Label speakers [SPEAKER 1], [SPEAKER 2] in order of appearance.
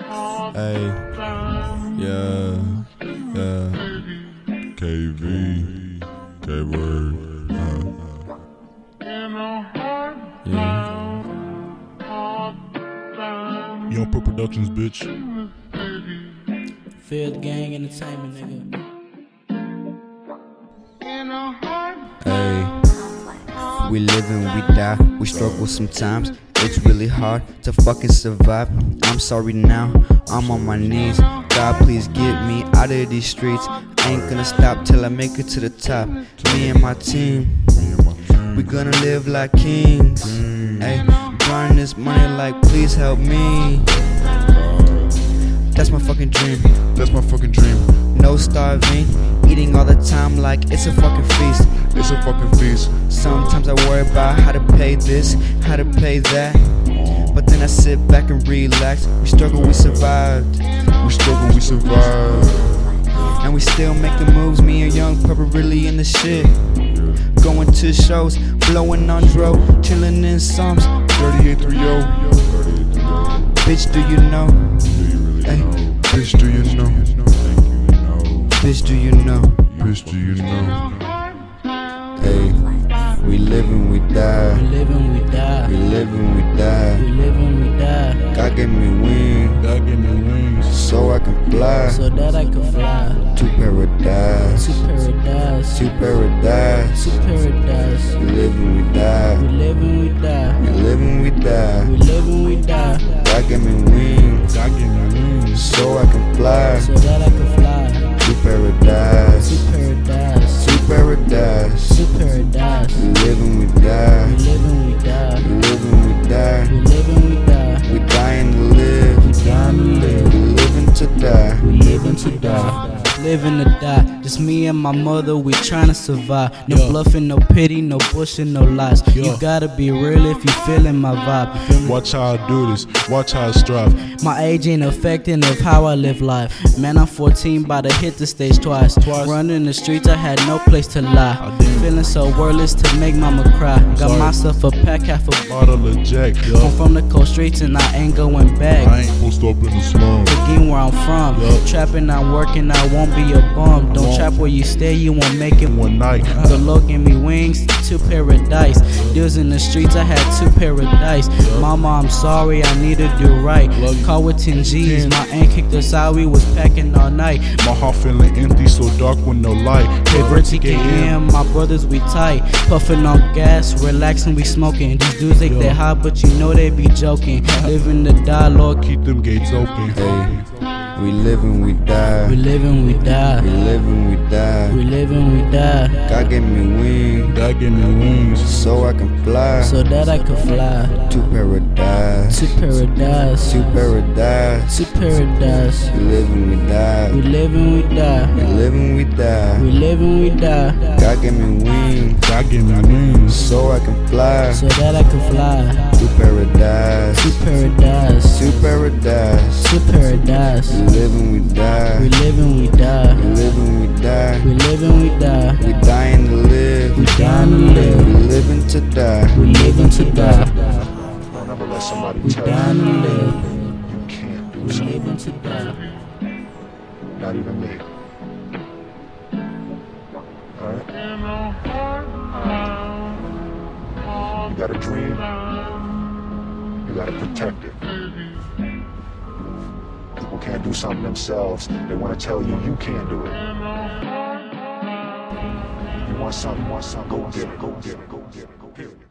[SPEAKER 1] Hey, yeah, yeah. KV, K word, huh? Yeah. Young Pro Productions, bitch.
[SPEAKER 2] Field Gang Entertainment, nigga.
[SPEAKER 3] Hey. We live and we die, we struggle sometimes. It's really hard to fucking survive. I'm sorry now, I'm on my knees. God, please get me out of these streets. Ain't gonna stop till I make it to the top. Me and my team, we gonna live like kings. Hey, grind this money like, please help me. That's my fucking dream.
[SPEAKER 1] That's my fucking dream.
[SPEAKER 3] No starving, eating all the time like it's a fucking feast.
[SPEAKER 1] It's a fucking feast.
[SPEAKER 3] Sometimes I worry about how to pay this, how to pay that. But then I sit back and relax. We struggle, we survived.
[SPEAKER 1] We struggle, we survive.
[SPEAKER 3] And we still making moves. Me and Young Papa really in the shit. Going to shows, blowing on dro, chilling in sums.
[SPEAKER 1] oh. 3830.
[SPEAKER 3] Bitch, do you know? Hey,
[SPEAKER 1] Bitch, do you know?
[SPEAKER 3] bitch, do you know?
[SPEAKER 1] Bitch, do you know?
[SPEAKER 3] Hey, we live and we
[SPEAKER 2] We
[SPEAKER 3] die.
[SPEAKER 2] live and we die.
[SPEAKER 3] live and we die.
[SPEAKER 2] We live and we die.
[SPEAKER 3] God gave me wings
[SPEAKER 1] God gave me wings
[SPEAKER 3] so I can fly
[SPEAKER 2] So that I could fly
[SPEAKER 3] to paradise.
[SPEAKER 2] to paradise.
[SPEAKER 3] To paradise.
[SPEAKER 2] To paradise.
[SPEAKER 3] We live and we die.
[SPEAKER 2] We live and we die.
[SPEAKER 3] We live and we
[SPEAKER 2] We
[SPEAKER 3] die.
[SPEAKER 2] live and we die.
[SPEAKER 3] God gave me wings
[SPEAKER 1] God gave me wings
[SPEAKER 3] so I can fly
[SPEAKER 2] So that I could fly
[SPEAKER 3] to
[SPEAKER 2] to
[SPEAKER 3] paradise.
[SPEAKER 2] paradise.
[SPEAKER 3] To paradise.
[SPEAKER 2] To paradise.
[SPEAKER 3] We live and we
[SPEAKER 2] We
[SPEAKER 3] die.
[SPEAKER 2] live and we
[SPEAKER 3] We
[SPEAKER 2] die.
[SPEAKER 3] live and we
[SPEAKER 2] We
[SPEAKER 3] die.
[SPEAKER 2] live and we die.
[SPEAKER 3] We dying to live.
[SPEAKER 2] We dying to live.
[SPEAKER 3] We living to die.
[SPEAKER 2] We living to die. Living to die, just me and my mother, we tryna survive. No
[SPEAKER 4] Yeah.
[SPEAKER 2] bluffing, no pity, no bushing, no lies.
[SPEAKER 4] Yeah.
[SPEAKER 2] You gotta be real if you feeling my vibe.
[SPEAKER 4] Watch how I do this, watch how I strive.
[SPEAKER 2] My age ain't affecting of how I live life. Man, I'm 14, about to hit the stage twice.
[SPEAKER 4] Twice.
[SPEAKER 2] Running the streets, I had no place to lie.
[SPEAKER 4] I didn't.
[SPEAKER 2] Feeling so wordless to make mama cry. Got
[SPEAKER 4] sorry.
[SPEAKER 2] myself a pack, half a bar.
[SPEAKER 4] Bottle of Jack,
[SPEAKER 2] I'm
[SPEAKER 4] yo.
[SPEAKER 2] from the cold streets and I ain't going back.
[SPEAKER 4] I ain't
[SPEAKER 1] Post up in the slum.
[SPEAKER 2] Again, where I'm from.
[SPEAKER 4] Yup.
[SPEAKER 2] Trapping, I'm working, I won't be a bum. Don't
[SPEAKER 4] won't.
[SPEAKER 2] trap where you stay, you won't make it.
[SPEAKER 4] one night.
[SPEAKER 2] The Lord gave me wings to paradise. Deals in the streets, I had two paradise. Mama, I'm sorry, I need to do right.
[SPEAKER 4] Love you.
[SPEAKER 2] Call with 10 G's.
[SPEAKER 4] Ten.
[SPEAKER 2] My aunt kicked us out, we was packing all night.
[SPEAKER 4] My heart feeling empty, so dark with no light. Hey,
[SPEAKER 2] Bertie KM, my brothers, we tight. Puffing on gas, relaxing, we smoking. These dudes, think they
[SPEAKER 4] Yup.
[SPEAKER 2] hot, but you know they be joking. Living the dialogue, keep-
[SPEAKER 4] Keep them gates open.
[SPEAKER 3] Hey, we live and we
[SPEAKER 2] we
[SPEAKER 3] die.
[SPEAKER 2] live and we
[SPEAKER 3] We
[SPEAKER 2] die.
[SPEAKER 3] live and we
[SPEAKER 2] We
[SPEAKER 3] die.
[SPEAKER 2] live and we die.
[SPEAKER 3] God gave me wings mm,
[SPEAKER 4] God gave me wings.
[SPEAKER 3] so I can fly
[SPEAKER 2] so that I could fly
[SPEAKER 3] to paradise.
[SPEAKER 2] to paradise.
[SPEAKER 3] To paradise.
[SPEAKER 2] To paradise.
[SPEAKER 3] We live and we
[SPEAKER 2] We
[SPEAKER 3] die.
[SPEAKER 2] live and we
[SPEAKER 3] We
[SPEAKER 2] die.
[SPEAKER 3] live and we
[SPEAKER 2] We
[SPEAKER 3] die.
[SPEAKER 2] live and we die.
[SPEAKER 3] God gave me wings
[SPEAKER 4] God gave me wings.
[SPEAKER 3] so I can fly
[SPEAKER 2] So that I could fly
[SPEAKER 3] to
[SPEAKER 2] to
[SPEAKER 3] paradise.
[SPEAKER 2] paradise.
[SPEAKER 3] To paradise.
[SPEAKER 2] To paradise.
[SPEAKER 3] We live and we
[SPEAKER 2] We
[SPEAKER 3] die.
[SPEAKER 2] live and we
[SPEAKER 3] We
[SPEAKER 2] die.
[SPEAKER 3] live and we
[SPEAKER 2] We
[SPEAKER 3] die.
[SPEAKER 2] live and we
[SPEAKER 3] We
[SPEAKER 2] die.
[SPEAKER 3] dying to live.
[SPEAKER 2] We dying to
[SPEAKER 3] We
[SPEAKER 2] live.
[SPEAKER 3] living to die.
[SPEAKER 2] We living to die.
[SPEAKER 5] Don't ever let somebody
[SPEAKER 2] We
[SPEAKER 5] tell
[SPEAKER 2] dying to live.
[SPEAKER 5] you you can't do
[SPEAKER 2] We living to die.
[SPEAKER 5] something. Not even me. Alright? You got a dream. You gotta protect it. People can't do something themselves. They wanna tell you you can't do it. You want something, want something, go get it, go get it, go get it, go get it.